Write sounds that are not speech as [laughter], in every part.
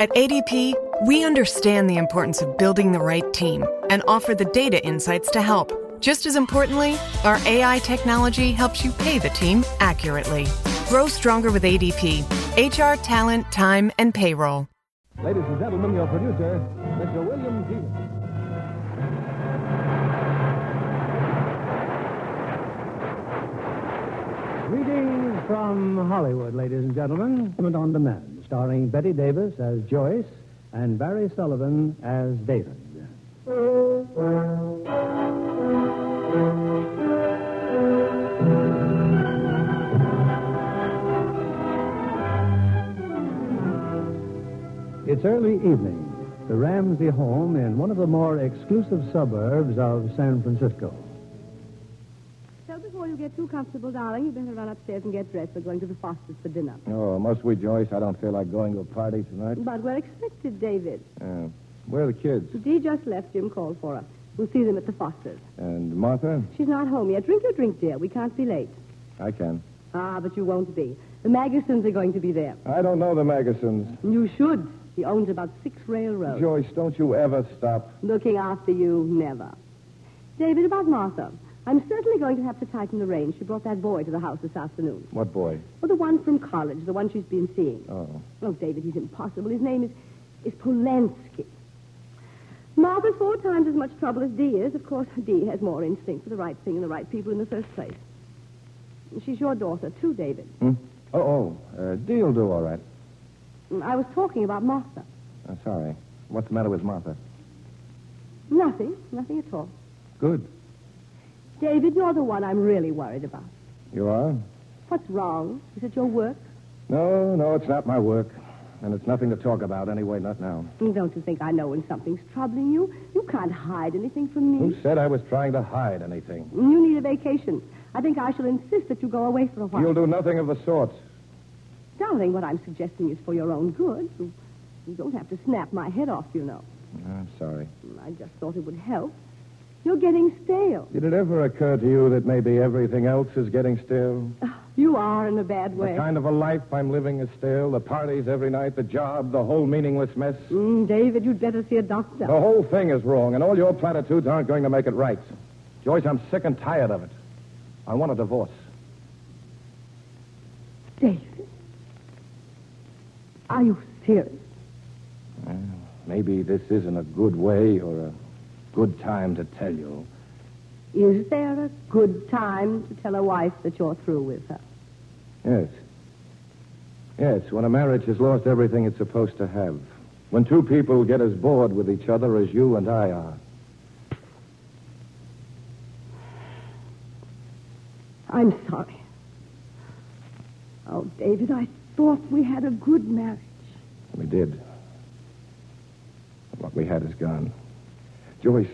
At ADP, we understand the importance of building the right team and offer the data insights to help. Just as importantly, our AI technology helps you pay the team accurately. Grow stronger with ADP HR, talent, time, and payroll. Ladies and gentlemen, your producer, Mr. William Keegan. Greetings from Hollywood, ladies and gentlemen. Entertainment on Demand, starring Betty Davis as Joyce and Barry Sullivan as David. It's early evening. The Ramsey home in one of the more exclusive suburbs of San Francisco. So before you get too comfortable, darling, you'd better run upstairs and get dressed. We're going to the Fosters for dinner. Oh, must we, Joyce? I don't feel like going to a party tonight. But we're expected, David. Uh, where are the kids? Dee just left. Jim called for us. We'll see them at the Fosters. And Martha? She's not home yet. Drink your drink, dear. We can't be late. I can. Ah, but you won't be. The Magusons are going to be there. I don't know the Magasons. You should. He owns about six railroads. Joyce, don't you ever stop. Looking after you, never. David, about Martha. I'm certainly going to have to tighten the reins. She brought that boy to the house this afternoon. What boy? Well, the one from college, the one she's been seeing. Oh. Oh, David, he's impossible. His name is, is Polanski. Martha's four times as much trouble as Dee is. Of course, Dee has more instinct for the right thing and the right people in the first place. She's your daughter, too, David. Hmm? Oh, oh. Uh, Dee'll do all right. I was talking about Martha. Uh, sorry. What's the matter with Martha? Nothing, nothing at all. Good. David, you're the one I'm really worried about. You are? What's wrong? Is it your work? No, no, it's not my work. And it's nothing to talk about anyway, not now. Don't you think I know when something's troubling you? You can't hide anything from me. Who said I was trying to hide anything? You need a vacation. I think I shall insist that you go away for a while. You'll do nothing of the sort. Darling, what I'm suggesting is for your own good. You, you don't have to snap my head off, you know. Ah, I'm sorry. I just thought it would help. You're getting stale. Did it ever occur to you that maybe everything else is getting stale? You are in a bad The way. kind of a life I'm living is stale. The parties every night, the job, the whole meaningless mess. Mm, David, you'd better see a The doctor. whole thing is wrong, and all your platitudes aren't going to make it right. Joyce, I'm sick and tired of it. I want a divorce. David. Are you serious? Maybe this isn't a good way or a good time to tell you. Is there a good time to tell a wife that you're through with her? Yes. Yes, when a marriage has lost everything it's supposed to have. When two people get as bored with each other as you and I are. I'm sorry. Oh, David, I thought we had a good marriage. We did. What we had is gone. Joyce,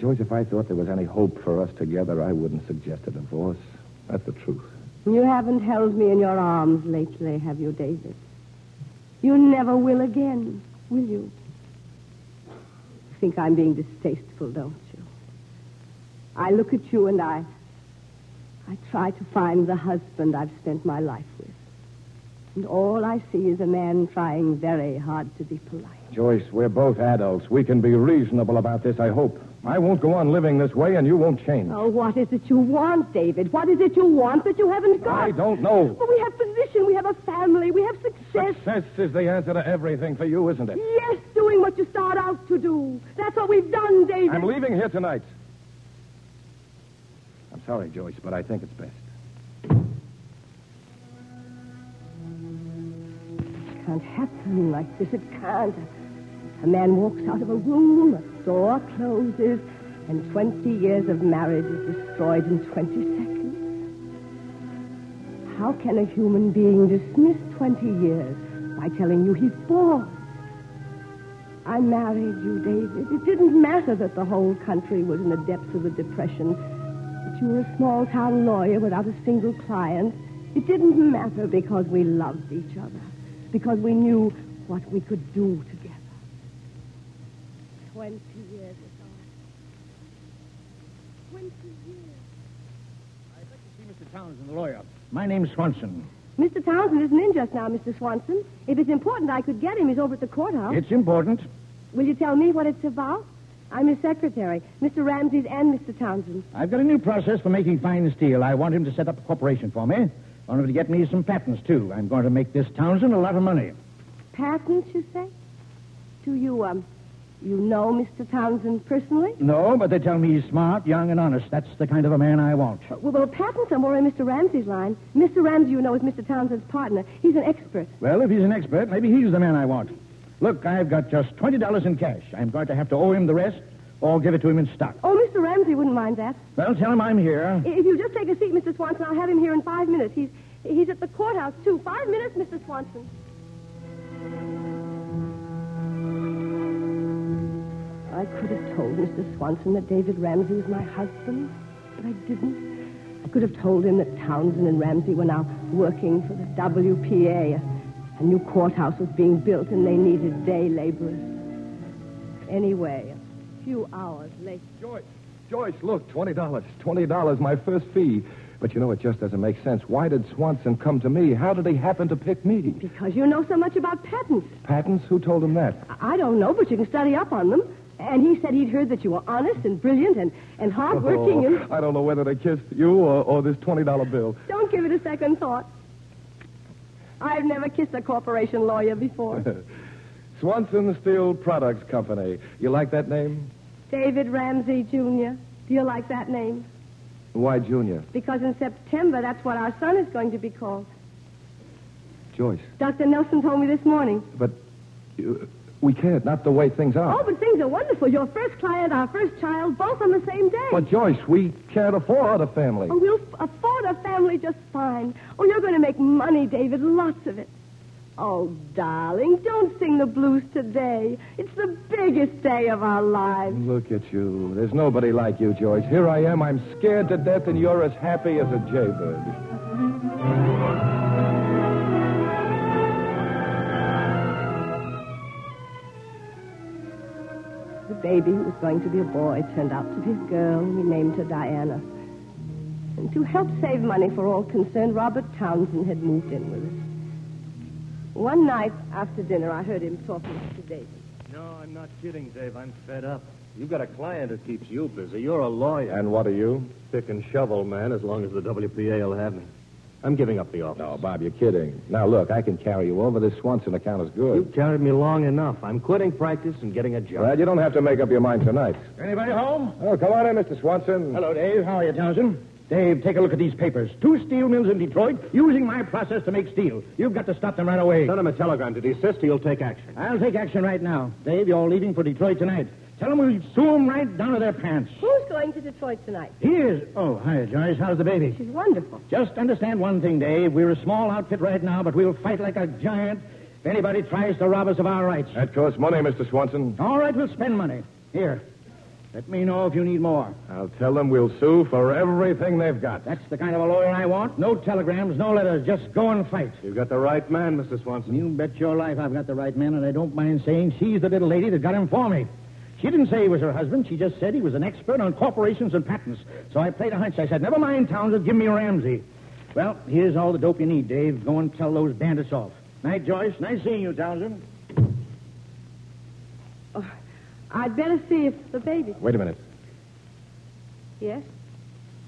Joyce, if I thought there was any hope for us together, I wouldn't suggest a divorce. That's the truth. You haven't held me in your arms lately, have you, David? You never will again, will you? You think I'm being distasteful, don't you? I look at you and I. I try to find the husband I've spent my life with. And all I see is a man trying very hard to be polite. Joyce, we're both adults. We can be reasonable about this, I hope. I won't go on living this way, and you won't change. Oh, what is it you want, David? What is it you want that you haven't got? I don't know. Well, we have position, we have a family, we have success. Success is the answer to everything for you, isn't it? Yes, doing what you start out to do. That's what we've done, David. I'm leaving here tonight. I'm sorry, Joyce, but I think it's best. It can't happen like this. It can't. A man walks out of a room, a door closes, and 20 years of marriage is destroyed in 20 seconds. How can a human being dismiss 20 years by telling you he's bored? I married you, David. It didn't matter that the whole country was in the depths of the depression, that you were a small town lawyer without a single client. It didn't matter because we loved each other, because we knew what we could do together. Twenty years ago. Twenty years. I'd like to see Mr. Townsend, the lawyer. My name's Swanson. Mr. Townsend isn't in just now, Mr. Swanson. If it's important, I could get him. He's over at the courthouse. It's important. Will you tell me what it's about? I'm his secretary, Mr. Ramsey's and Mr. Townsend. I've got a new process for making fine steel. I want him to set up a corporation for me. Want him to get me some patents, too. I'm going to make this Townsend a lot of money. Patents, you say? Do you, um, you know Mr. Townsend personally? No, but they tell me he's smart, young, and honest. That's the kind of a man I want. Well, well, patents are more in Mr. Ramsey's line. Mr. Ramsey, you know, is Mr. Townsend's partner. He's an expert. Well, if he's an expert, maybe he's the man I want. Look, I've got just $20 in cash. I'm going to have to owe him the rest or give it to him in stock. Oh, Mr. Ramsey wouldn't mind that. Well, tell him I'm here. I- If you just take a seat, Mr. Swanson, I'll have him here in five minutes. He's he's at the courthouse too. Five minutes, Mr. Swanson. I could have told Mr. Swanson that David Ramsey was my husband, but I didn't. I could have told him that Townsend and Ramsey were now working for the WPA. A- A new courthouse was being built, and they needed day laborers. Anyway, a few hours later. Joyce, Joyce, look, twenty dollars, twenty dollars, my first fee. But you know, it just doesn't make sense. Why did Swanson come to me? How did he happen to pick me? Because you know so much about patents. Patents? Who told him that? I don't know, but you can study up on them. And he said he'd heard that you were honest and brilliant and, and hardworking and... Oh, I don't know whether to kiss you or, or this twenty dollar bill. Don't give it a second thought. I've never kissed a corporation lawyer before. Swanson Steel Products Company. You like that name? David Ramsey, Jr. Do you like that name? Why, Junior? Because in September, that's what our son is going to be called. Joyce. Dr. Nelson told me this morning. But you, we can't. Not the way things are. Oh, but things are wonderful. Your first client, our first child, both on the same day. But Joyce, we can't afford a family. Oh, we'll f- afford a family just fine. Oh, you're going to make money, David, lots of it. Oh, darling, don't sing the blues today. It's the biggest day of our lives. Look at you. There's nobody like you, Joyce. Here I am. I'm scared to death, and you're as happy as a jaybird. The baby who was going to be a boy turned out to be a girl. We named her Diana. And to help save money for all concerned, Robert Townsend had moved in with us. One night after dinner, I heard him talking to David. No, I'm not kidding, Dave. I'm fed up. You've got a client who keeps you busy. You're a lawyer. And what are you? pick and shovel, man, as long as the WPA will have me. I'm giving up the office. No, Bob, you're kidding. Now, look, I can carry you over. This Swanson account is You good. carried me long enough. I'm quitting practice and getting a job. Well, you don't have to make up your mind tonight. Anybody home? Oh, come on in, Mr. Swanson. Hello, Dave. How are you, Townsend? Dave, take a look at these papers. Two steel mills in Detroit using my process to make steel. You've got to stop them right away. Send him a telegram to desist, he'll take action. I'll take action right now. Dave, you're leaving for Detroit tonight. Tell them we'll sue 'em right down to their pants. Who's going to Detroit tonight? Here's. Oh, hi, Joyce. How's the baby? She's wonderful. Just understand one thing, Dave. We're a small outfit right now, but we'll fight like a giant if anybody tries to rob us of our rights. That costs money, Mr. Swanson. All right, we'll spend money. Here. Let me know if you need more. I'll tell them we'll sue for everything they've got. That's the kind of a lawyer I want. No telegrams, no letters. Just go and fight. You've got the right man, Mr. Swanson. You bet your life I've got the right man, and I don't mind saying she's the little lady that got him for me. She didn't say he was her husband. She just said he was an expert on corporations and patents. So I played a hunch. I said, never mind, Townsend, give me Ramsey. Well, here's all the dope you need, Dave. Go and tell those bandits off. Night, Joyce. Nice seeing you, Townsend. I'd better see if the baby. Wait a minute. Yes?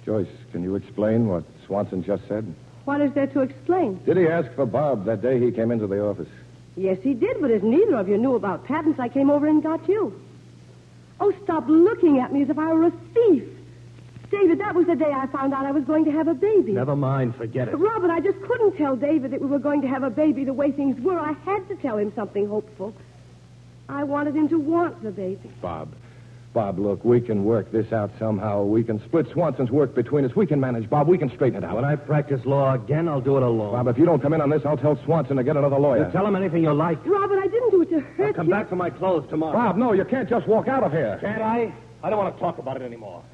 Joyce, can you explain what Swanson just said? What is there to explain? Did he ask for Bob that day he came into the office? Yes, he did, but as neither of you knew about patents, I came over and got you. Oh, stop looking at me as if I were a thief. David, that was the day I found out I was going to have a baby. Never mind, forget it. Robert, I just couldn't tell David that we were going to have a baby the way things were. I had to tell him something hopeful. I wanted him to want the baby. Bob. Bob, look, we can work this out somehow. We can split Swanson's work between us. We can manage, Bob. We can straighten it out. When I practice law again, I'll do it alone. Bob, if you don't come in on this, I'll tell Swanson to get another lawyer. You tell him anything you like. Robert, I didn't do it to hurt I'll come you. back for my clothes tomorrow. Bob, no, you can't just walk out of here. Oh, Can't I? I don't want to talk about it anymore.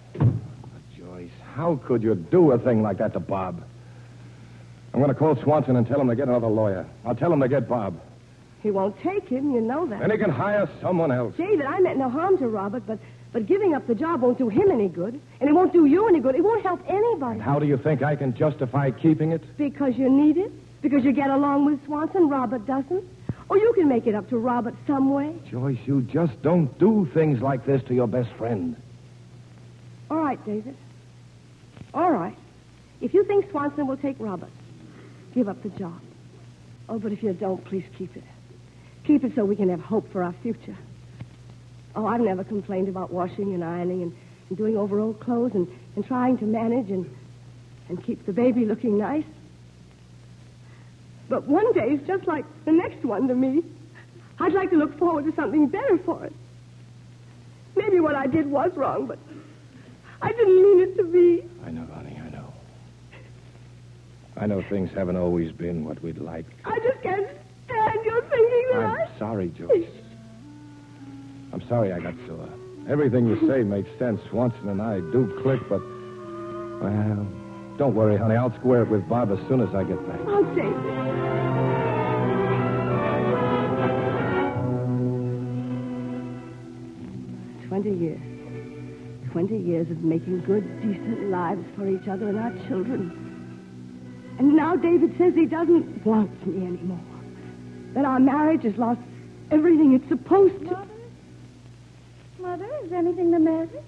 Joyce, how could you do a thing like that to Bob? I'm going to call Swanson and tell him to get another lawyer. I'll tell him to get Bob. He won't take him, you know that. Then he can hire someone else. David, I meant no harm to Robert, but, but giving up the job won't do him any good. And it won't do you any good. It won't help anybody. How do you think I can justify keeping it? Because you need it? Because you get along with Swanson, Robert doesn't. Or you can make it up to Robert some way. Joyce, you just don't do things like this to your best friend. All right, David. All right. If you think Swanson will take Robert, give up the job. Oh, but if you don't, please keep it. Keep it so we can have hope for our future. Oh, I've never complained about washing and ironing and, and doing over old clothes and, and trying to manage and, and keep the baby looking nice. But one day is just like the next one to me. I'd like to look forward to something better for it. Maybe what I did was wrong, but I didn't mean it to be. I know, Ronnie, I know. I know things haven't always been what we'd like. I just can't stand your thinking that I'm sorry, Joyce. I'm sorry I got sore. Everything you say makes sense. Swanson and I do click, but. Well, don't worry, honey. I'll square it with Bob as soon as I get back. I... Oh, David. Twenty years. Twenty years of making good, decent lives for each other and our children. And now David says he doesn't want me anymore. That our marriage has lost everything it's supposed to. Mother, is anything the matter?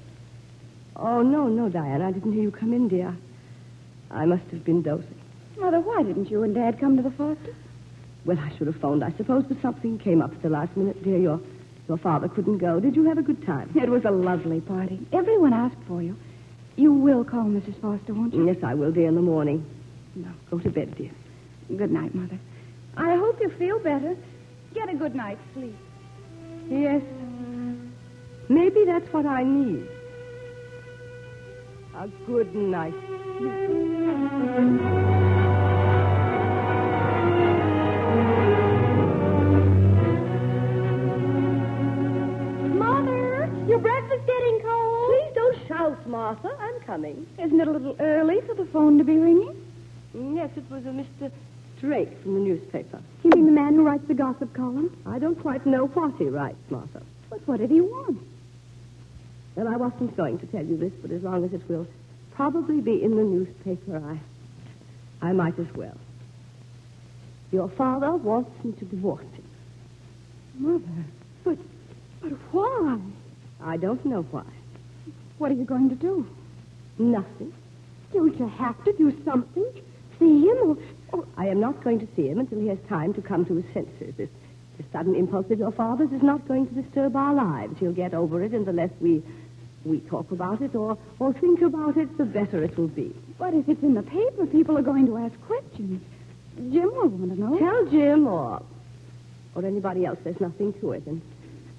Oh, no, no, Diane. I didn't hear you come in, dear. I must have been dozing. Mother, why didn't you and Dad come to the foster? Well, I should have phoned, I suppose, but something came up at the last minute, dear. Your, your father couldn't go. Did you have a good time? It was a lovely party. Everyone asked for you. You will call Mrs. Foster, won't you? Yes, I will, dear, in the morning. Now, go to bed, dear. Good night, Mother. I hope you feel better. Get a good night's sleep. Yes. Maybe that's what I need. A good night. Mother, your breakfast's getting cold. Please don't shout, Martha. I'm coming. Isn't it a little early for the phone to be ringing? Mm, Yes, it was a Mr. Drake from the newspaper. You mean the man who writes the gossip column? I don't quite know what he writes, Martha. But what did he want? Well, I wasn't going to tell you this, but as long as it will probably be in the newspaper, I, I might as well. Your father wants me to divorce him. Mother, but, but why? I don't know why. What are you going to do? Nothing. Don't you have to do something? See him or... or I am not going to see him until he has time to come to his senses. This, this sudden impulse of your father's is not going to disturb our lives. He'll get over it, and the less we we talk about it or, or think about it, the better it will be. what if it's in the paper? People are going to ask questions. Jim will want to know. Tell Jim or or anybody else there's nothing to it. And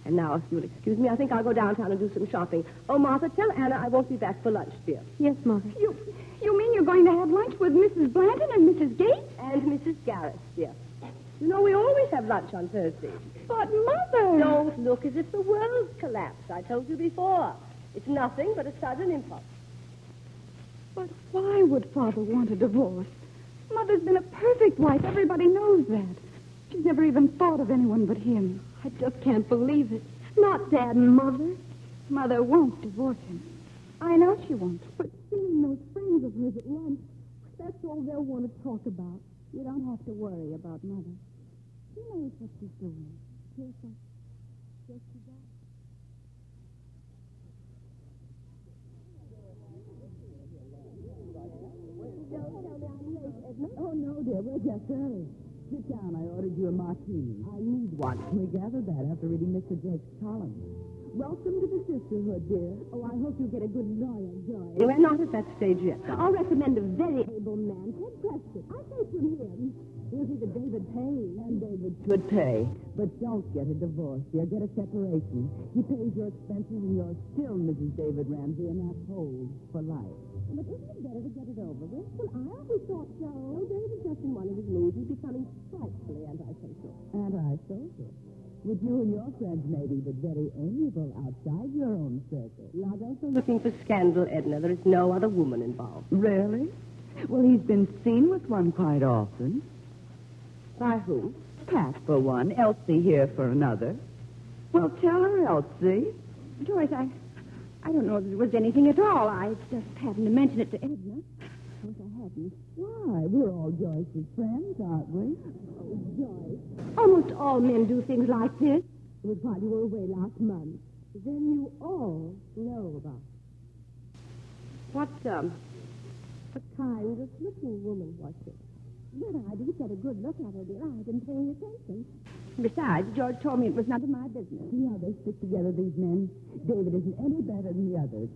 and now, if you'll excuse me, I think I'll go downtown and do some shopping. Oh, Martha, tell Anna I won't be back for lunch, dear. Yes, Mother. You, you mean you're going to have lunch with Mrs. Blanton and Mrs. Gates? And Mrs. Garrett, dear. You know, we always have lunch on Thursdays. But, Mother... Don't look as if the world's collapsed. I told you before. It's nothing but a sudden impulse. But why would Father want a divorce? Mother's been a perfect wife. Everybody knows that. She's never even thought of anyone but him. I just can't believe it. Not Dad and Mother. Mother won't divorce him. I know she won't. But seeing those friends of hers at lunch, that's all they'll want to talk about. You don't have to worry about Mother. She knows what she's doing. Yes, I... Yes, she does. Oh, no, dear. We're just early. Sit down. I ordered you a martini. I need one. We gathered that after reading Mr. Drake's column. Welcome to the sisterhood, dear. Oh, I hope you get a good lawyer, Joy. We're not at that stage yet. I'll recommend a very able man, Ted Prescott. I'll take from him. He'll be the David Payne. And David should pay. But don't get a divorce, dear. Get a separation. He pays your expenses, and you're still Mrs. David Ramsey, and that's hold for life. But isn't it better to get it over with? Well, I always thought so. Oh, David's just in one of his moods. He's becoming frightfully antisocial. Antisocial? With you and your friends, maybe, but very amiable outside your own circle. You are also looking for scandal, Edna. There is no other woman involved. Really? Well, he's been seen with one quite often. By whom? Pat for one, Elsie here for another. Well, tell her, Elsie. Joyce, I, I don't know if it was anything at all. I just happened to mention it to Edna. course I hadn't. Why? We're all Joyce's friends, aren't we? Oh, Joyce. Almost all men do things like this. It was while you were away last month. Then you all know about it. What, um, What kind of looking woman was she? Well, I didn't get a good look at her, dear. I been paying attention. besides, George told me it was none of my business. Yeah, they stick together, these men. David isn't any better than the others.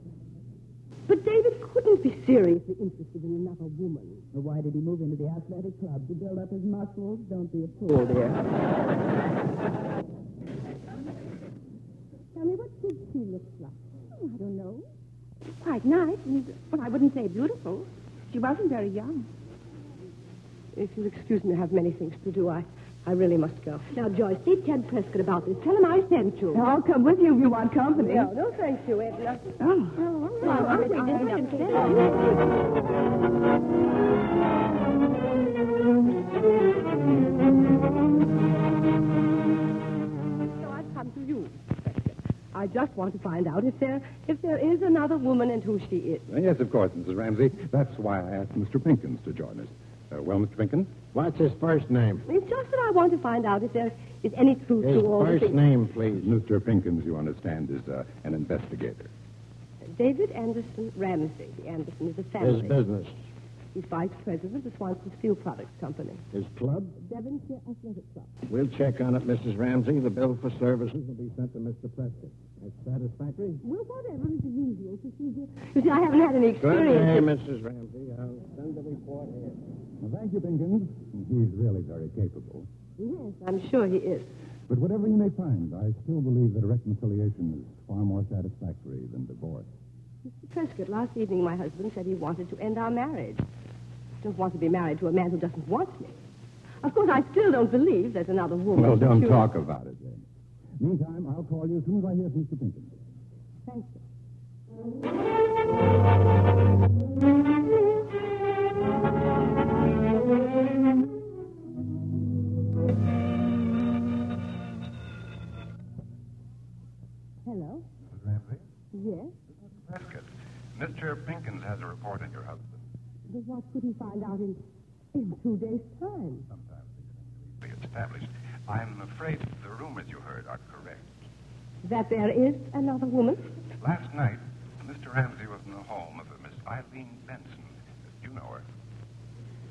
But David couldn't be serious. Seriously interested in another woman. Well, why did he move into the athletic club? To build up his muscles? Don't be a fool, dear. Tell me, what did she look like? Oh, I don't know. Quite nice, and, well, I wouldn't say beautiful. She wasn't very young. If you'll excuse me, I have many things to do. I, I really must go. Now, Joyce, see Ted Prescott about this. Tell him I sent you. I'll come with you if you want company. No, no, thank you, Edna. Oh. Well, I'll take this one instead. So I've come to you. I just want to find out if there if there is another woman and who she is. Uh, yes, of course, Mrs. Ramsey. That's why I asked Mr. Pinkins to join us. Uh, well, Mr. Pinkins? What's his first name? It's just that I want to find out if there is any truth His to all the first things. name, please. Mr. Pinkins, you understand, is uh, an investigator. David Anderson Ramsey. Anderson is a His family. business. He's vice president of the Swanson Steel Products Company. His club. Devonshire Athletic Club. We'll check on it, Mrs. Ramsey. The bill for services will be sent to Mr. Prescott. That's satisfactory? Well, whatever is the usual procedure. You see, I haven't had any Good experience. day, Mrs. Ramsey. I'll send the report here. thank you, Pinkins. He's really very capable. Yes, I'm sure he is. But whatever you may find, I still believe that a reconciliation is far more satisfactory than divorce. Mr. Prescott, last evening my husband said he wanted to end our marriage. I don't want to be married to a man who doesn't want me. Of course, I still don't believe there's another woman. Well, don't Sure. talk about it then. Meantime, I'll call you as soon as I hear from Mr. Pinkins. Thank you. Hello? Ramsey? Yes? Prescott, Mr. Pinkins has a report on your husband. But what could he find out in, in two days' time? Sometimes these things be established. I'm afraid the rumors you heard are correct. That there is another woman? Last night, Mr. Ramsey was in the home of a Miss Eileen Benson. You know her.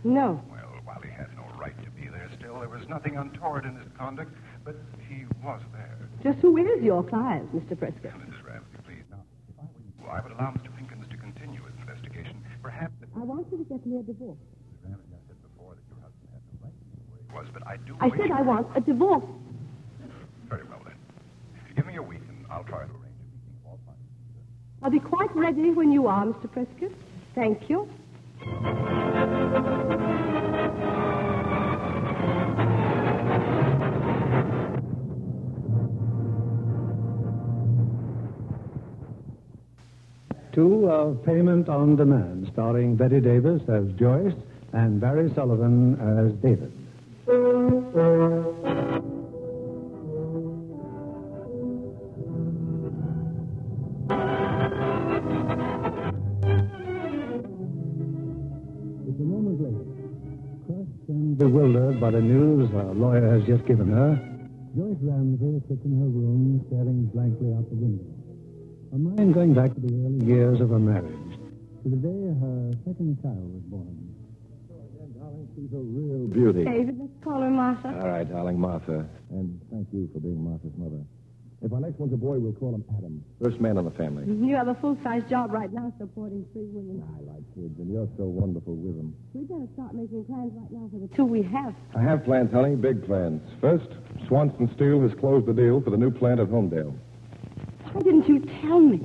No. Well, while he had no right to be there still, there was nothing untoward in his conduct, but he was there. Just who is your client, Mr. Prescott? Mrs. Ramsey, please. Now, if I were you, I would allow Mr. Pinkins to continue his investigation. Perhaps it I want you to get me a divorce. Ramsey, I said before that your husband had no right to be where he was, but I do I said I want a divorce. Very well, then. Give me a week, and I'll try to arrange a meeting of all parties. I'll be quite ready when you are, Mr. Prescott. Thank you. Two of Payment on Demand, starring Betty Davis as Joyce and Barry Sullivan as David. It's a moment later. Crushed and bewildered by the news her lawyer has just given her, Joyce Ramsey sits in her room staring blankly out the window. Her mind going back to the early years of her marriage, to the day her second child was born. She's a real beauty. David, let's call uh, her Martha. All right, darling Martha. And thank you for being Martha's mother. If our next one's a boy, we'll call him Adam. First man in the family. You have a full-size job right now supporting three women. I like kids, and you're so wonderful with them. We better start making plans right now for the Two we have. I have plans, honey, big plans. First, Swanson Steel has closed the deal for the new plant at Homedale. Why didn't you tell me?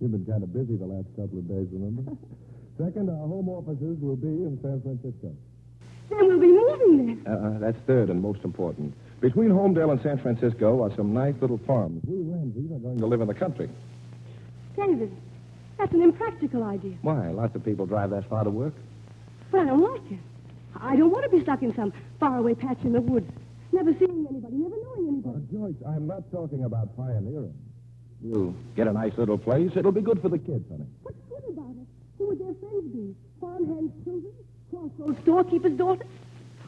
You've been kind of busy the last couple of days, [laughs] remember? Second, our home offices will be in San Francisco. Then we'll be moving there. Uh, that's third and most important. Between Homedale and San Francisco are some nice little farms. We Ramseys are going to live in the country. David, that's an impractical idea. Why? Lots of people drive that far to work. But I don't like it. I don't want to be stuck in some faraway patch in the woods, never seeing anybody, never knowing anybody. George, I'm not talking about pioneering. We'll get a nice little place. It'll be good for the kids, honey. What's good about it? Who would their friends be? Farmhands' children? Crossroads storekeepers' daughters?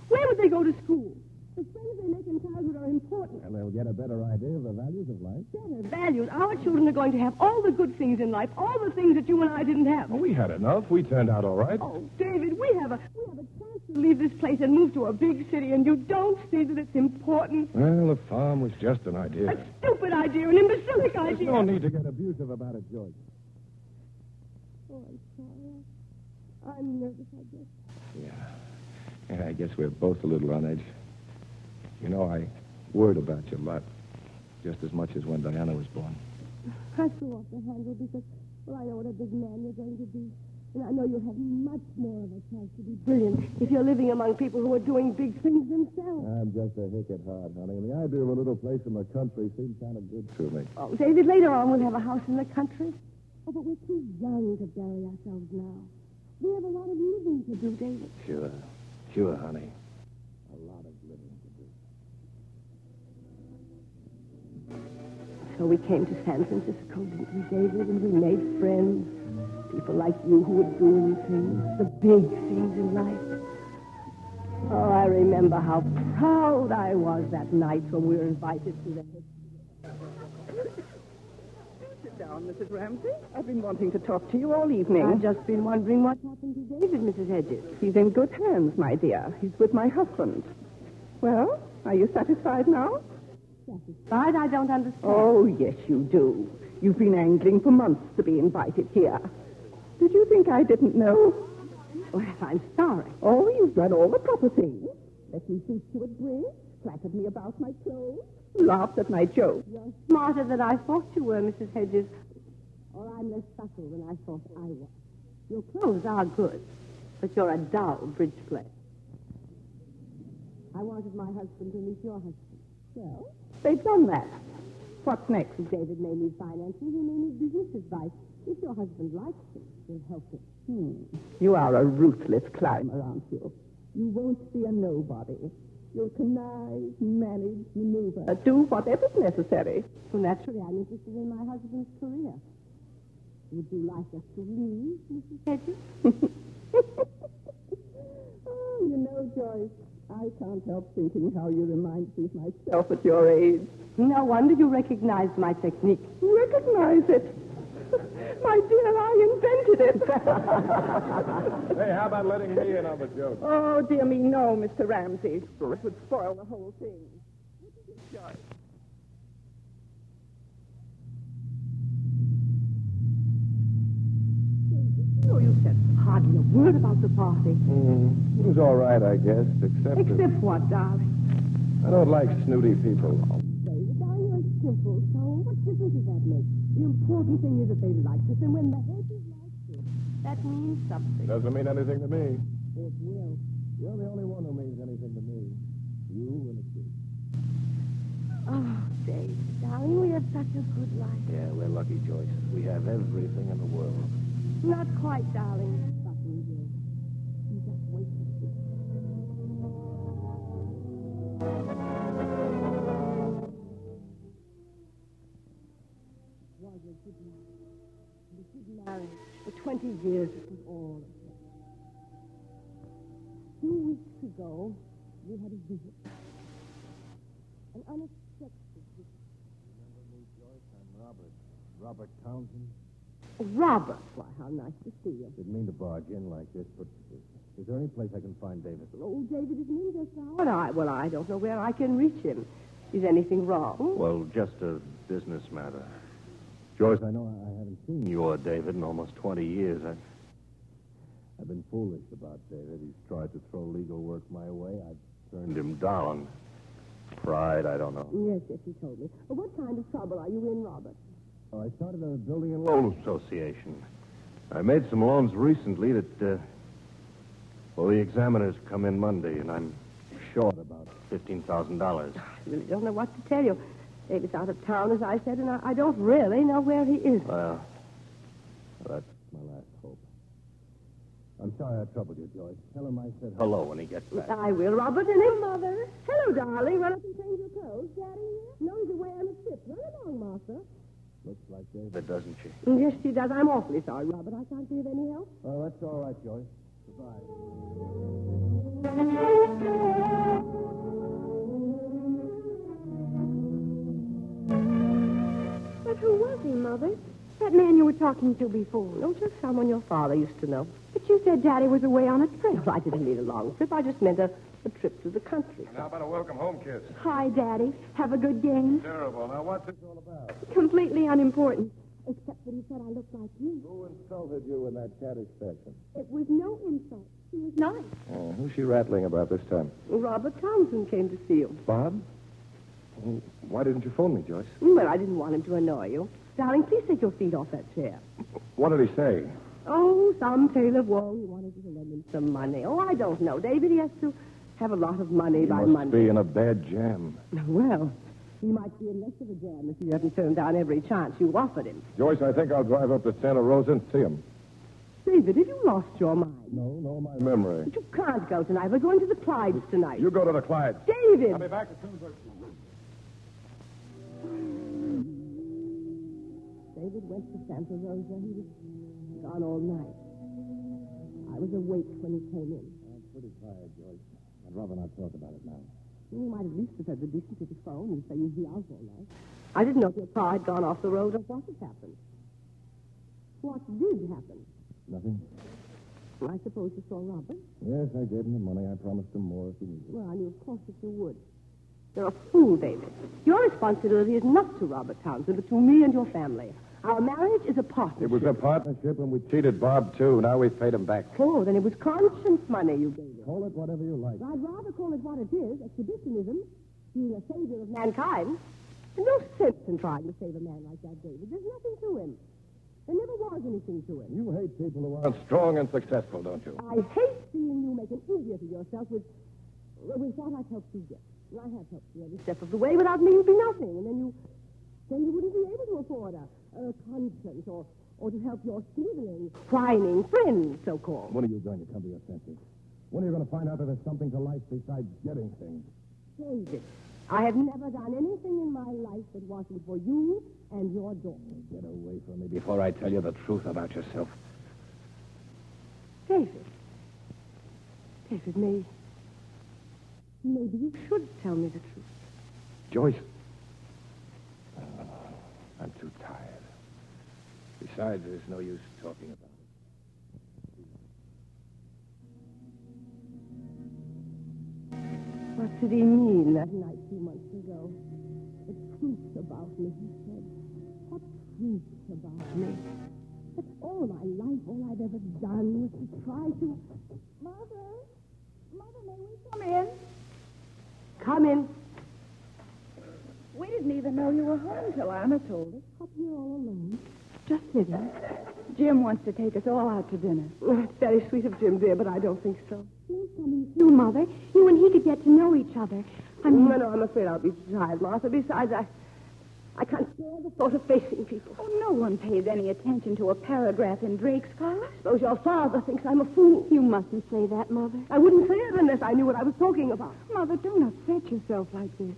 Where would they go to school? The friends they make in childhood are important. And they'll get a better idea of the values of life. Better values. Our children are going to have all the good things in life, all the things that you and I didn't have. Well, we had enough. We turned out all right. Oh, David, we have a we have a chance to leave this place and move to a big city, and you don't see that it's important. Well, the farm was just an idea. A stupid idea, an imbecilic There's idea. no need to get abusive about it, George. Oh, I'm sorry. I- I'm nervous, I guess. Yeah, I guess we're both a little on edge. You know, I worried about you a lot, just as much as when Diana was born. I threw off the handle because, well, I know what a big man you're going to be. And I know you'll have much more of a chance to be brilliant if you're living among people who are doing big things themselves. I'm just a hick at heart, honey, and the idea of a little place in the country seemed kind of good to me. Oh, David, later on we'll have a house in the country. Oh, but we're too young to bury ourselves now. We have a lot of living to do, David. Sure, sure, honey. So we came to San Francisco, didn't we, David? And we made friends. People like you who were doing things, the big things in life. Oh, I remember how proud I was that night when we were invited to the Sit down, Mrs. Ramsey. I've been wanting to talk to you all evening. I've just been wondering what happened to David, Mrs. Hedges. He's in good hands, my dear. He's with my husband. Well, are you satisfied now? But I don't understand. Oh, yes, you do. You've been angling for months to be invited here. Did you think I didn't know? Well, I'm sorry. Oh, you've done all the proper things. Let me feast you at bridge, flattered me about my clothes, laughed at my jokes. You're smarter than I thought you were, Mrs. Hedges. Or I'm less subtle than I thought I was. Your clothes are good, but you're a dull bridge player. I wanted my husband to meet your husband. Well, They've done that. What's next? David may need financing. He may need business advice. If your husband likes him, he'll help him. Hmm. You are a ruthless climber, aren't you? You won't be a nobody. You'll connive, manage, maneuver. Uh, do whatever's necessary. So naturally, I'm interested in my husband's career. Would you like us to leave, Mrs. Hedges? Oh, you know, Joyce, I can't help thinking how you remind me of myself at your age. No wonder you recognized my technique. Recognize it. [laughs] My dear, I invented it. [laughs] Hey, how about letting me in on the joke? oh, dear me, no, Mr. Ramsey. It would spoil the whole thing. Oh, you said hardly a word about the party. Mm, it was all right, I guess, except, that Except what, darling? I don't like snooty people. David, now you're simple, so what difference does that make? The important thing is that they like us, and when the hedges like you, that means something. Doesn't mean anything to me. It will. You're the only one who means anything to me. You and the kid. Oh, David, darling, we have such a good life. Yeah, we're lucky, Joyce. We have everything in the world. Not quite, darling. But we will. You just wait and see. Was a good marriage. And a good marriage. For 20 years, it was all. of us. Two weeks ago, we had a visit. An unexpected visit. Robert Townsend? Robert, why, how nice to see you. Didn't mean to barge in like this, but is there any place I can find David? Oh, David is in just now. And I, well, I don't know where I can reach him. Is anything wrong? Well, just a business matter. Joyce, I know I haven't seen you or David in almost 20 years. I... I've been foolish about David. He's tried to throw legal work my way. I've Turned him down. Pride, I don't know. Yes, yes, he told me. Well, what kind of trouble are you in, Robert? Oh, I started a building and Loan Association. I made some loans recently that, uh... Well, the examiners come in Monday, and I'm short about $15,000. I really don't know what to tell you. David's out of town, as I said, and I, I don't really know where he is. Well, That's my last hope. I'm sorry I troubled you, Joyce. Tell him I said hello. hello when he gets back. I will, Robert, and him, Mother. Hello, darling. Run up and change your clothes. Daddy here? No, he's away on a trip. Run along, Martha. Looks like David, doesn't she? Mm, Yes, she does. I'm awfully sorry, Robert. I can't be of any help. Oh, that's all right, Joyce. Goodbye. But who was he, Mother? That man you were talking to before. No, just someone your father used to know. But you said Daddy was away on a trip. Well, [laughs] I didn't mean a long trip. I just meant a, a trip to the country. Now, about a welcome home kiss. Hi, Daddy. Have a good game. Terrible. Now, what's this all about? Completely unimportant. Except that he said I looked like you. Who insulted you in that caddish fashion? It was no insult. He was nice. Uh, who's she rattling about this time? Robert Townsend came to see you. Bob? Oh, Why didn't you phone me, Joyce? Well, I didn't want him to annoy you. Darling, please take your feet off that chair. What did he say? Oh, some tale of woe. He wanted you to lend him some money. Oh, I don't know. David, he has to have a lot of money He by must Monday. be in a bad jam. [laughs] Well, he might be in less of a jam if you hadn't turned down every chance you offered him. Joyce, I think I'll drive up to Santa Rosa and see him. David, have you lost your mind? No, no, my memory. But you can't go tonight. We're going to the Clydes tonight. You go to the Clydes. David! I'll be back as soon as I... David went to Santa Rosa. He was gone all night. I was awake when he came in. I'm pretty tired, Joyce. I'd rather not talk about it now. You might at least have had the decency to phone and say you'd be out all night. I didn't know if your car had gone off the road or what had happened. What did happen? Nothing? I suppose you saw Robert. Yes, I gave him the money. I promised him more if he needed Well, I knew, of course, that you would. You're a fool, David. Your responsibility is not to Robert Townsend, but to me and your family. Our marriage is a partnership. It was a partnership, and we cheated Bob, too. Now we've paid him back. Oh, then it was conscience money you gave him. Call it whatever you like. I'd rather call it what it is, exhibitionism, being a savior of Mankind? There's no sense in trying to save a man like that, David. There's nothing to him. There never was anything to him. You hate people who Sounds strong and successful, don't you? I hate seeing you make an idiot of yourself with, with what I've helped you get. And I have helped you every step of the way. Without me, you'd be nothing. And then you, then you wouldn't be able to afford a, a conscience or, or to help your sniveling, Whining friends, so-called. When are you going to come to your senses? When are you going to find out that there's something to life besides getting things? David. I have never done anything in my life that wasn't for you and your daughter. Get away from me before I tell you the truth about yourself. David. David, may, maybe you should tell me the truth. Joyce. I'm too tired. Besides, there's no use talking about it. What did he mean? That night two months ago, the truth about me, he said. What truth about me? That all my life, all I've ever done was to try to... Mother? Mother, may we Come in. Come in. We didn't even know you were home till Anna told us. Up here all alone. Just sitting. Jim wants to take us all out to dinner. Well, it's very sweet of Jim, dear, but I don't think so. Please come You, Mother, you and he could get to know each other. I mean, Oh, No, no, I'm afraid I'll be tired, Martha. Besides, I, I can't bear the thought of facing people. oh, no one pays any attention to a paragraph in Drake's column. I suppose your father thinks I'm a fool. You mustn't say that, Mother. I wouldn't say it unless I knew what I was talking about. Mother, don't upset yourself like this.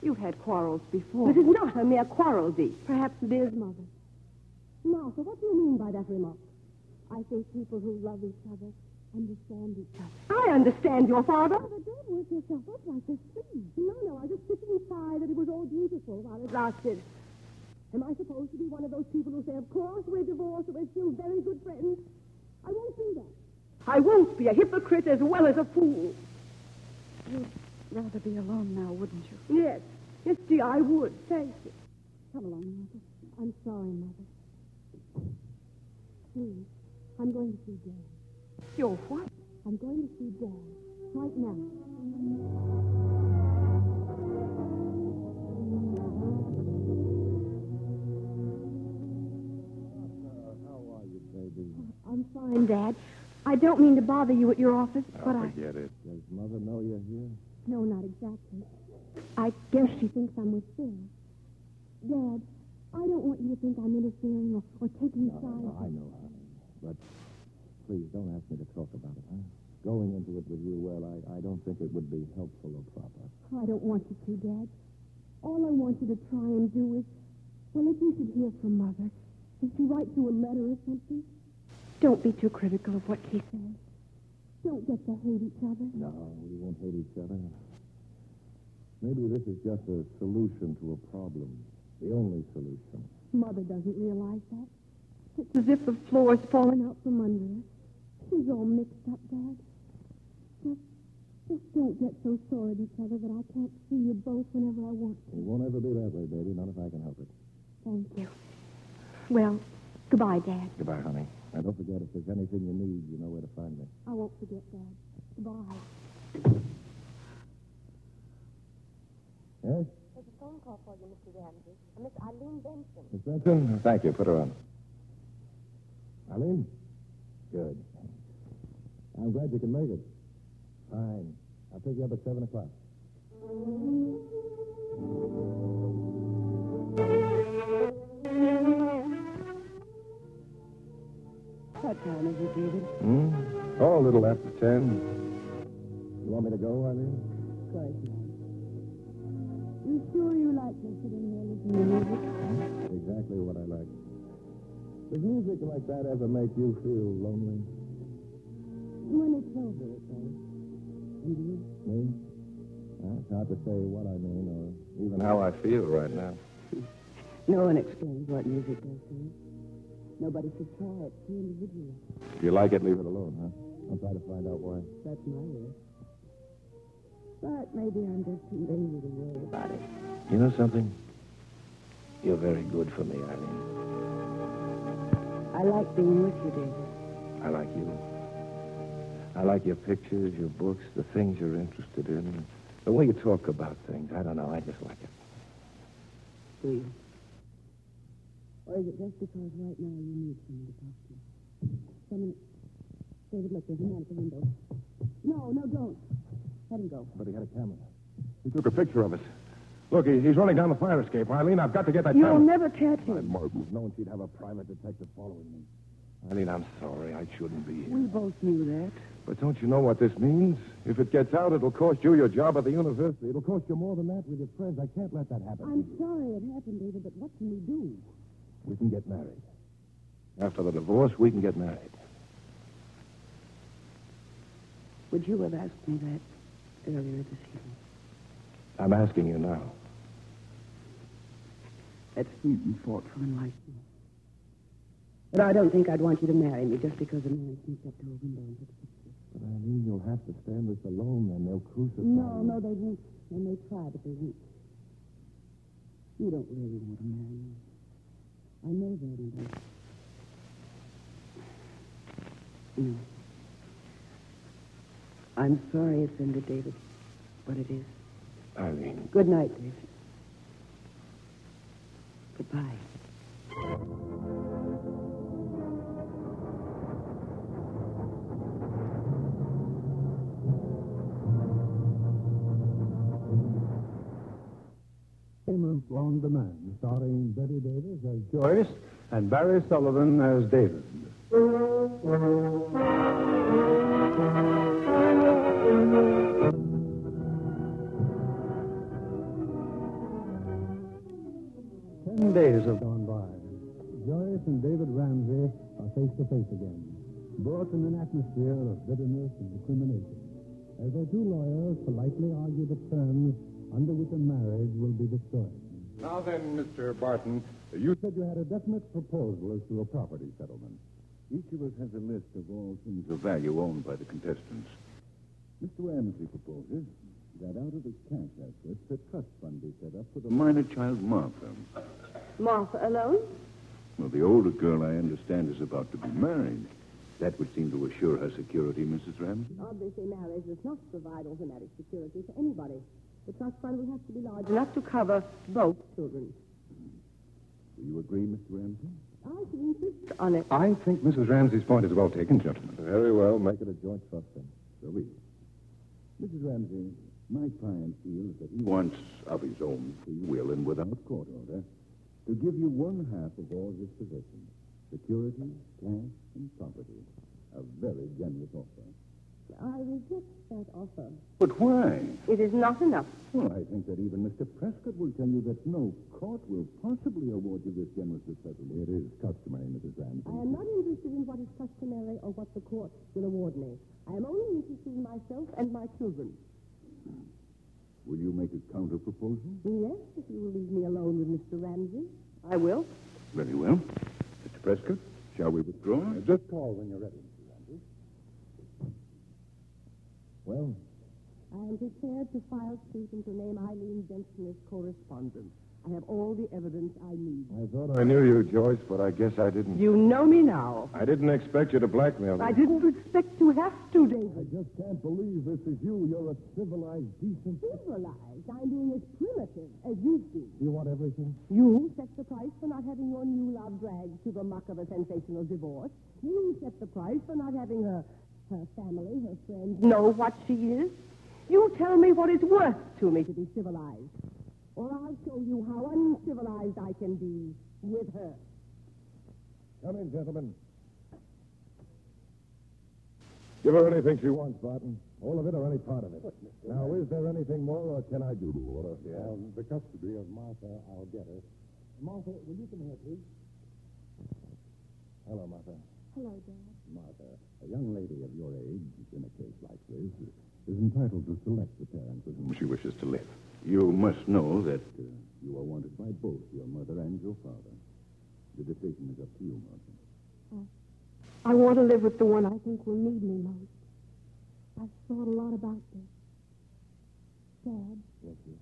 You've had quarrels before. This is not a mere quarrel, Dee. Perhaps it is, Mother. Martha, what do you mean by that remark? I think people who love each other understand each other. I understand your father. Mother, don't work yourself up like this, please. No, no, I just didn't imply that it was all beautiful while it lasted. Am I supposed to be one of those people who say, of course we're divorced, but we're still very good friends? I won't do that. I won't be a hypocrite as well as a fool. Rather be alone now, wouldn't you? Yes. Yes, Dee, I would. Thank you. Come along, Mother. I'm sorry, Mother. Please, I'm going to see Dan. Your what? I'm going to see Dan. Right now. How are you, baby? I'm fine, Dad. I don't mean to bother you at your office, but I, Forget it. Does Mother know you're here? No, not exactly. I guess she thinks I'm with Phil. Dad, I don't want you to think I'm interfering or, or taking No, sides. no, I know, honey. But please don't ask me to talk about it, huh? Going into it with you, well, I, I don't think it would be helpful or proper. I don't want you to, Dad. All I want you to try and do is, Well, if you should hear from Mother, did she write you a letter or something? Don't be too critical of what she says. Don't get to hate each other. No, we won't hate each other. Maybe this is just a solution to a problem. The only solution. Mother doesn't realize that. It's as if the floor's fallen out from under us. She's all mixed up, Dad. Just, just don't get so sore at each other that I can't see you both whenever I want. It won't ever be that way, baby. Not if I can help it. Thank you. Well, goodbye, Dad. Goodbye, honey. And don't forget, if there's anything you need, you know where to find me. I won't forget, Dad. Goodbye. Yes? There's a phone call for you, Mr. Ramsey. A Miss Eileen Benson. Miss Benson? Thank you. Put her on. Eileen? Good. I'm glad you can make it. Fine. I'll pick you up at 7 o'clock. What time is it, David? Hmm? Oh, a little after 10. You want me to go, Eileen? Of course not. You sure you like me sitting here listening to music? Exactly what I like. Does music like that ever make you feel lonely? When it's over, it does. And you? Me? Well, it's hard to say what I mean or even how I feel right now. No one explains what music does to you. Nobody should try it. It's individual. If you like it, leave it alone, huh? I'll try to find out why. That's my way. But maybe I'm just too lazy to worry about it. You know something? You're very good for me, Eileen. I like being with you, David. I like you. I like your pictures, your books, the things you're interested in, the way you talk about things. I don't know. I just like it. Do you? Or is it just because right now you need someone to talk to? Someone... David, look, there's a man at the window. No, no, don't. Let him go. But he had a camera. He took a picture of us. Look, he- he's running down the fire escape. Eileen, I've got to get that You'll camera. never catch him. I'd known she'd have a private detective following me. Eileen, I'm sorry. I shouldn't be here. We both knew that. But don't you know what this means? If it gets out, it'll cost you your job at the university. It'll cost you more than that with your friends. I can't let that happen. I'm sorry it happened, David, but what can we do? We can get married. After the divorce, we can get married. Would you have asked me that earlier this evening? I'm asking you now. That's sweet and thoughtful and like you. But I don't think I'd want you to marry me just because a man sneaked up to a window and took a picture. But Eileen, you'll have to stand this alone, then they'll crucify No, you. no, they won't. They may try, but they won't. You don't really want to marry me. I know that, Edith. No. I'm sorry it's ended, David, but it is. Eileen. Good night, David. Goodbye. Came along the man, starring Betty Davis as Joyce and Barry Sullivan as David. Ten days have gone by. Joyce and David Ramsey are face to face again, brought in an atmosphere of bitterness and recrimination, as their two lawyers politely argue the terms under which a marriage will be destroyed. Now then, Mr. Barton, You said you had a definite proposal as to a property settlement. Each of us has a list of all things of value owned by the contestants. Mr. Ramsey proposes that out of his cash assets, a trust fund be set up for the minor child Martha. Martha alone? Well, the older girl, I understand, is about to be married. That would seem to assure her security, Mrs. Ramsey. Obviously, marriage does not provide automatic security for anybody. The trust fund will have to be large enough to cover both children. Do you agree, Mr. Ramsey? I should insist on it. I think Mrs. Ramsey's point is well taken, gentlemen. Very well. Make it a joint trust then. So be it. Mrs. Ramsey, my client feels that he wants, of his own free will and without court order, to give you one half of all his possessions security, cash, and property. A very generous offer. I reject that offer. But why? It is not enough. Well, I think that even Mr. Prescott will tell you that no court will possibly award you this generous settlement. It is customary, Mrs. I Ramsey. am not interested in what is customary or what the court will award me. I am only interested in myself and my children. Will you make a counter proposal? Yes, if you will leave me alone with Mr. Ramsey. I will. Very well. Mr. Prescott, shall we withdraw? Just call when you're ready. Well, I am prepared to file suit and to name Eileen Benson as correspondent. I have all the evidence I need. I thought I knew you, Joyce, but I guess I didn't. You know me now. I didn't expect you to blackmail me. I didn't expect to have to, David. I just can't believe this is you. You're a civilized, decent. Civilized. I'm being as primitive as you've been. You want everything? You set the price for not having your new love dragged to the muck of a sensational divorce. You set the price for not having her, her family, her friends know what she is. You tell me what it's worth to me to be civilized, or I'll show you how uncivilized I can be with her. Come in, gentlemen. Give her anything she wants, Barton. All of it or any part of it. Now, is there anything more, or can I do the order? Um, the custody of Martha, I'll get her. Martha, will you come here, please? Hello, Martha. Hello, Dad. Martha, a young lady of your age, in a case like this, is entitled to select the parent with whom she wishes to live. You must know that uh, You are wanted by both your mother and your father. The decision is up to you, Martha. I want to live with the one I think will need me most. I've thought a lot about this. Dad, Yes, sir.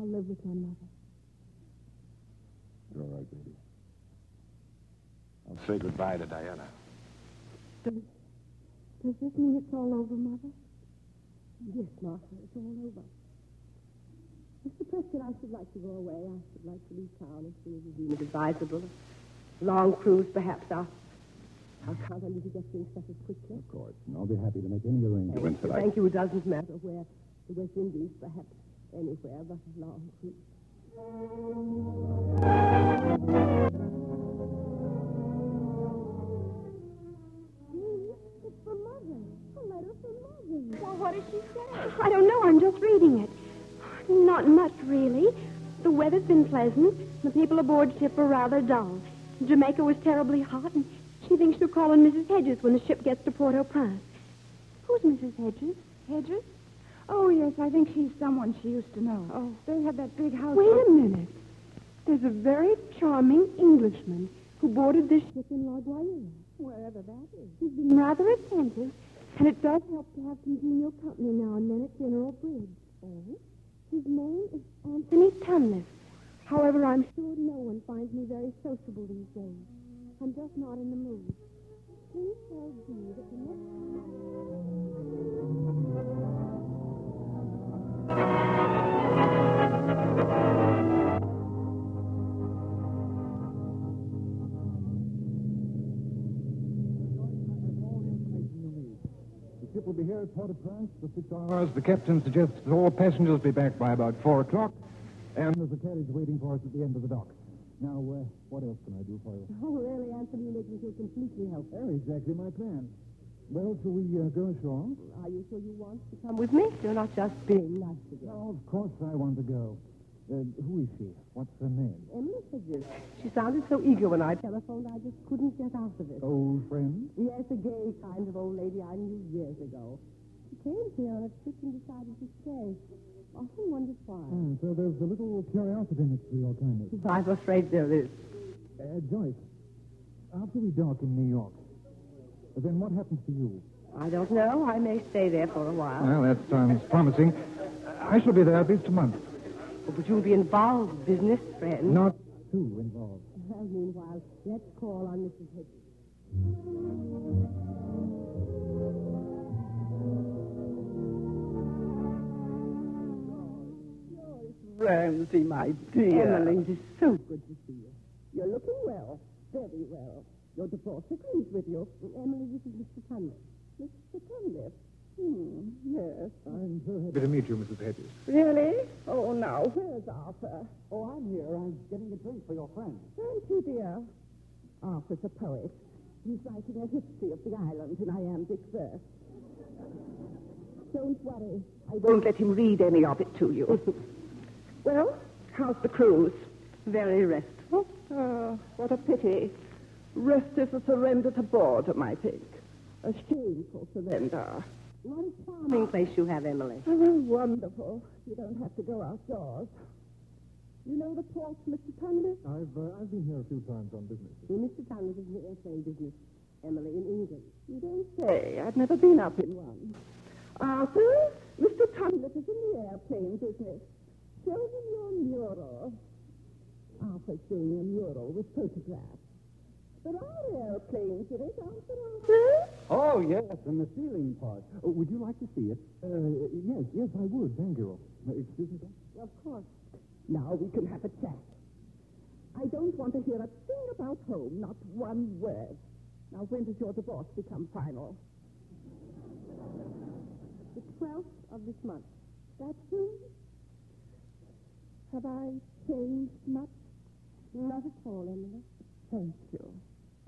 I'll live with my mother. You're all right, baby. I'll say goodbye to Diana. Does, does this mean it's all over, Mother? Yes, Martha, it's all over. Mr. Prescott, I should like to go away. I should like to leave town as soon as you deem it advisable. Long cruise, perhaps. I'll, I'll count on you to get things settled quickly. Of course. And I'll be happy to make any arrangements. Thank you. It doesn't matter where. The West Indies, perhaps. Anywhere but a long cruise. [laughs] It's for Mother. A letter for Mother. Well, what does she say? I don't know. I'm just reading it. Not much, really. The weather's been pleasant. The people aboard ship are rather dull. Jamaica was terribly hot, and she thinks she'll call on Mrs. Hedges when the ship gets to Port-au-Prince. Who's Mrs. Hedges? Hedges? Oh, yes, I think she's someone she used to know. Oh. They had that big house. Wait a minute. There's a very charming Englishman who boarded this ship in La Guayana. Wherever that is. He's been rather attentive, and it does help to have congenial company now and then at General Bridge. Oh? His name is Anthony Tunliffe. However, I'm sure no one finds me very sociable these days. I'm just not in the mood. Please tell Dee that the The ship will be here at Port-au-Prince for six hours. As the captain suggests, all passengers be back by about four o'clock, and there's a carriage waiting for us at the end of the dock. Now, uh, what else can I do for you? Oh, really, Anthony, you make me feel completely helpless. That's exactly my plan. Well, shall we uh, go ashore? Are you sure you want to come with me? You're not just being nice to No, of course I want to go. Uh, who is she? What's her name? Emily Hedges. She sounded so eager when I telephoned, I just couldn't get out of it. Old friend? Yes, a gay kind of old lady I knew years ago. She came here on a trip and decided to stay. Oh, Often wondered why. Ah, Mm, so there's a little curiosity in it for your kindness. I'm afraid there is. Uh, Joyce, after we dock in New York, then what happens to you? I don't know. I may stay there for a while. Well, that sounds promising. I shall be there at least a month. Oh, but you'll be involved, business friend. Not too involved. Well, meanwhile, let's call on Mrs. Hedges. Ramsey, my Emily, it is so good to see you. You're looking well. Very well. Your divorce agrees with you. Emily, this is Mr. Tunley. Mr. Tunliffe. Hmm, yes. I'm so Happy to meet you, Mrs. Hedges. Really? Oh, now, where's Arthur? Oh, I'm here. I'm getting a drink for your friend. Thank you, dear. Arthur's Ah, a poet. He's writing a history of the island in iambic verse. Don't worry. I won't let him read any of it to [laughs] you. well, how's the cruise? Very restful. Oh, what a pity. Rest is a surrender to boredom, I think. A shameful surrender. What a charming place you have, Emily. Oh, wonderful. You don't have to go outdoors. You know the port, Mr. Tunley? I've, uh, I've been here a few times on business. Well, Mr. Tunley is in the airplane business. Emily, in England. You don't say. I've never been up in one. Arthur, Mr. Tunlip is in the airplane business. Show him your mural. Arthur's doing a mural with photographs. There are airplanes in it, aren't there, Arthur? Oh, yes, and the ceiling part. Oh, would you like to see it? Uh, yes, yes, I would. Thank you. Uh, excuse me, sir? Of course. Now we can have a chat. I don't want to hear a thing about home, not one word. Now, when does your divorce become final? The 12th of this month. That's soon? Have I changed much? Not at all, Emily. Thank you.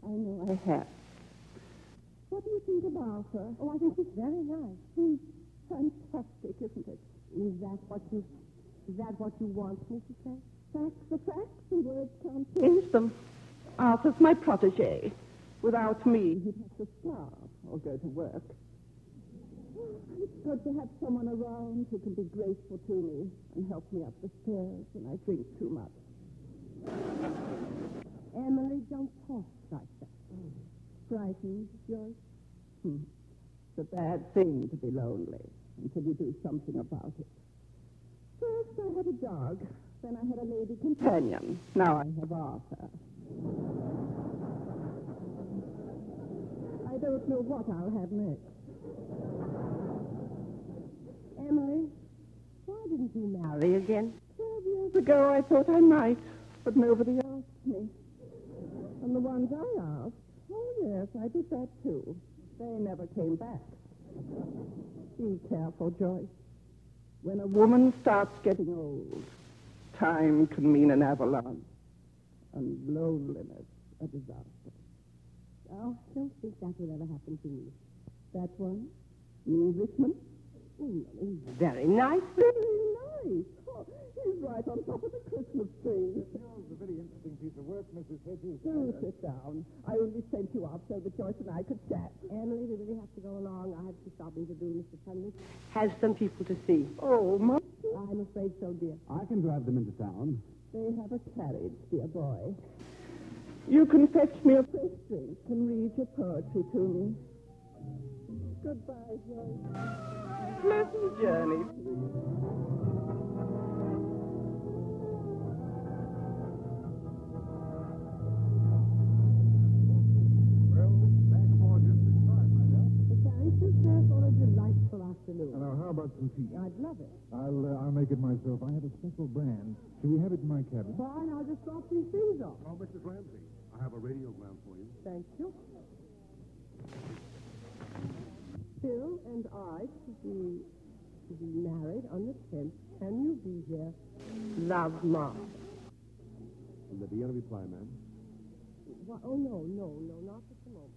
I know I have. What do you think of Arthur? Oh, I think he's very nice. Hmm. He's fantastic, isn't it? Is that what you is that what you want me to say? Facts are facts, and words can't change them. Arthur's my protege. Without me, he'd have to starve or go to work. It's good to have someone around who can be grateful to me and help me up the stairs when I drink too much. Emily, don't talk like that. Frightened, Joyce? Hmm. It's a bad thing to be lonely until you do something about it. First, I had a dog. Then I had a lady companion. Now I have Arthur. I don't know what I'll have next. Emily, why didn't you marry? Harry again? Twelve years ago, I thought I might, but nobody asked me. And the ones I asked, oh, yes, I did that too. They never came back. Be careful, Joyce. When a woman starts getting old, time can mean an avalanche and loneliness a disaster. Oh, I don't think that will ever happen to me. That one? You Richmond? Very nice. Very nice. Oh, he's right on top of the Christmas tree. It's a very interesting piece of work, Mrs. Hedges. Do sit down. I only sent you out so that Joyce and I could chat. Emily, we really have to go along. I have some shopping to do, Mr. Tunley. Has some people to see. Oh, my. I'm afraid so, dear. I can drive them into town. They have a carriage, dear boy. You can fetch me a fresh drink and read your poetry to me. Goodbye, Joyce. Pleasant journey. Thank you, sir, for a delightful afternoon. Now, how about some tea? I'd love it. I'll, uh, I'll make it myself. I have a special brand. Shall we have it in my cabin? Fine, I'll just drop these things off. Oh, Mrs. Ramsey, I have a radiogram for you. Thank you. Phil and I to be, to be married on the 10th. Can you be here? Love, Mark. And the Vienna reply, ma'am. Why- Oh, no, no, no, not at the moment.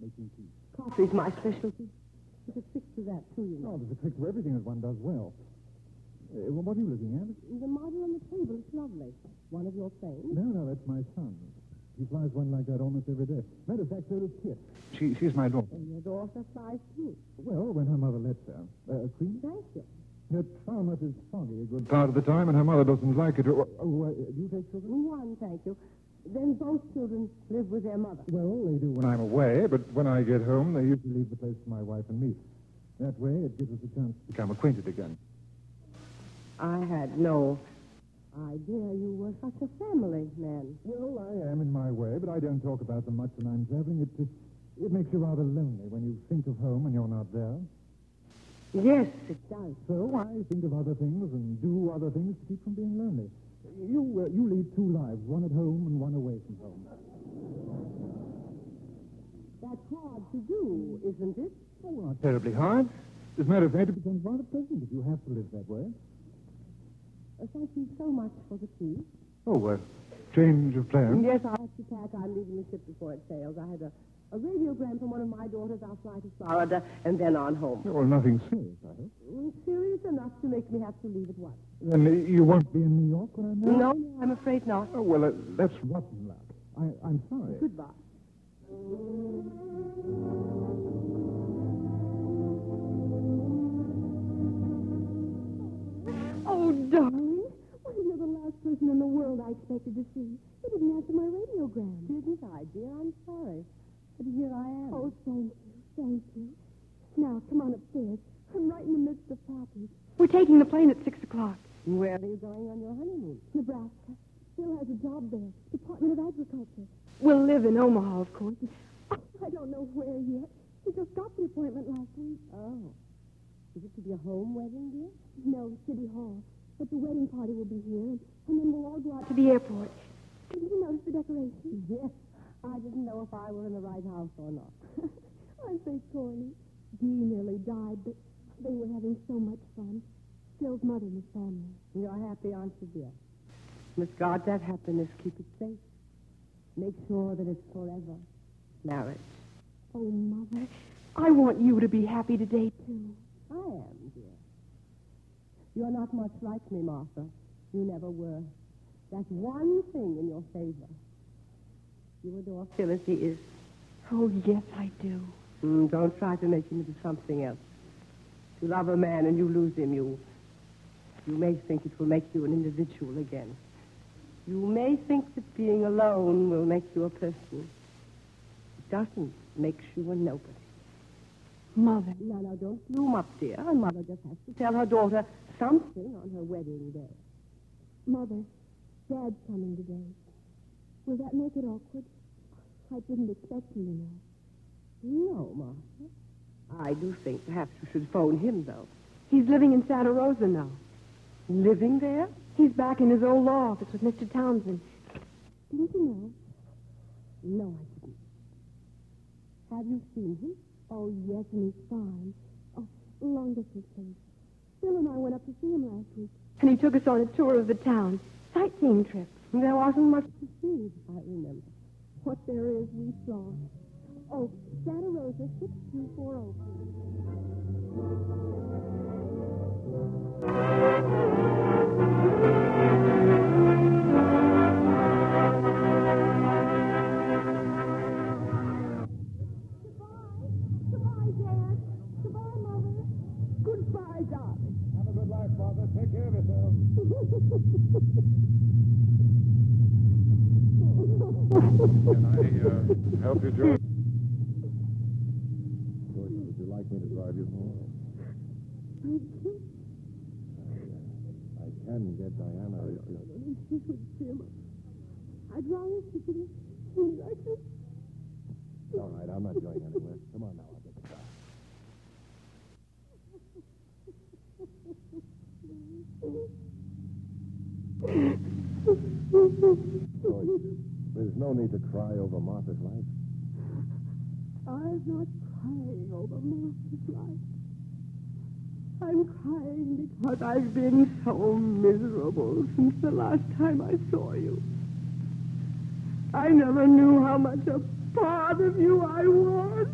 Making tea. Coffee's my specialty. There's a trick to that, too, you know. Oh, there's a trick to everything that one does well. Uh, well, what are you looking at? The model on the table is lovely. One of your things. No, no, that's my son. He flies one like that almost every day. Matter of fact, so does Kit. She, she's my daughter. And your daughter flies too. Well, when her mother lets her. Uh, Queen? Thank you. Her Falmouth is foggy a good part of the time, and her mother doesn't like it. Oh, oh, uh, do you take children? One, thank you. Then both children live with their mother. Well, they do when I'm away, but when I get home, they usually leave the place to my wife and me. That way, it gives us a chance to become acquainted again. I had no. idea you were such a family man. Well, I am in my way, but I don't talk about them much when I'm traveling. It, it, it makes you rather lonely when you think of home and you're not there. Yes, it does. So I think of other things and do other things to keep from being lonely. You, uh, you lead two lives, one at home and one away from home. That's hard to do, isn't it? Oh, not terribly hard. As a matter of fact, it becomes rather pleasant if you have to live that way. Uh, thank you so much for the tea. Oh, uh, change of plan. Yes, I have to pack. I'm leaving the ship before it sails. I had a A radiogram from one of my daughters, our flight is Florida, and then on home. Well, nothing serious, I hope. Mm, serious enough to make me have to leave at once. Then uh, you won't be in New York when I'm there? No, no, I'm afraid not. Oh, well, uh, that's rotten luck. I, I'm sorry. Goodbye. Oh, darling. Why, you're the last person in the world I expected to see. You didn't answer my radiogram. Didn't I, dear? I'm sorry. But here I am. Oh, thank you. Thank you. Now, come on upstairs. I'm right in the midst of parties. We're taking the plane at 6 o'clock. Where are you going on your honeymoon? Nebraska. Phil has a job there, Department of Agriculture. We'll live in Omaha, of course. I don't know where yet. He just got the appointment last week. Oh. Is it to be a home wedding, dear? No, City Hall. But the wedding party will be here, and, and then we'll all go out to the airport. Did you notice the decorations? Yes. I didn't know if I were in the right house or not. [laughs] I'm so corny. Dee nearly died, but they were having so much fun. Phil's mother and his family. You're happy, aren't you, dear? Misguard that happiness. Keep it safe. Make sure that it's forever. Marriage. Oh, Mother, I want you to be happy today, too. I am, dear. You're not much like me, Martha. You never were. That's one thing in your favor. You adore Phil as he is. Oh, yes, I do. Mm, don't try to make him into something else. If you love a man and you lose him, you you may think it will make you an individual again. You may think that being alone will make you a person. It doesn't. Makes you a nobody. Mother. No, no, don't bloom up, dear. Her mother just has to tell her daughter something on her wedding day. Mother, Dad's coming today. Will that make it awkward? I didn't expect him, you know. No, Martha. I do think perhaps you should phone him, though. He's living in Santa Rosa now. Living there? He's back in his old law office with Mr. Townsend. Didn't you know? No, I didn't. Have you seen him? Oh, yes, and he's fine. Oh, long distance things. Phil and I went up to see him last week. And he took us on a tour of the town. Sightseeing trip. There wasn't much to see, if I remember. What there is, we saw. Oh, Santa Rosa, 6240. Goodbye, Dad. Goodbye, Mother. Goodbye, darling. Have a good life, Father. Take care of yourself. Can I uh, help you, George? George, would you like me to drive you home? I can get Diana. if you- I'd rather sit in All right, I'm not going anywhere. Come on now, I'll get the car. George, there's no need to cry over Martha's life. I'm not crying over Martha's life. I'm crying because I've been so miserable since the last time I saw you. I never knew how much a part of you I was.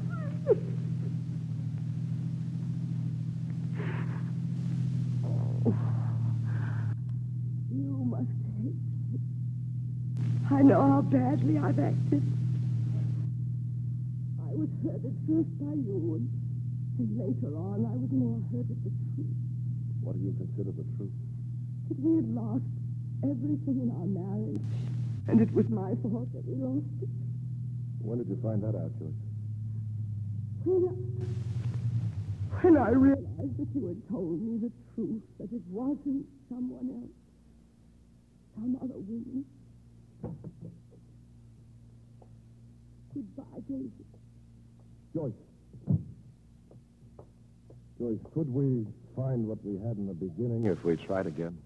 You must hate me. I know how badly I've acted. I was hurt at first by you, and, and later on I was more hurt at the truth What do you consider the truth? that we had lost everything in our marriage, and it was my fault that we lost it. When did you find that out, George? When I, when I realized that you had told me the truth, that it wasn't someone else, some other woman. Goodbye, David. George. George, could we find what we had in the beginning if we tried again?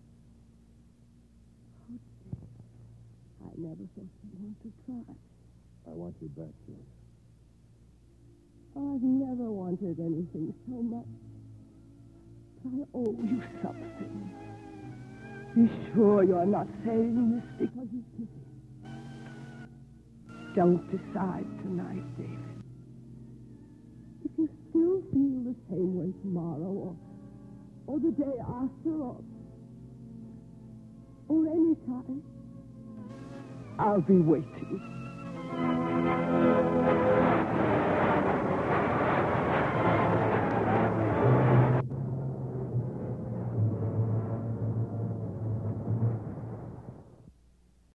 I never thought I'd want to try. I want you back, George. I've never wanted anything so much. I owe you something. Be sure you're not saying this because you did it. Don't decide tonight, David. still feel the same way tomorrow or, or the day after or, or any time, I'll be waiting.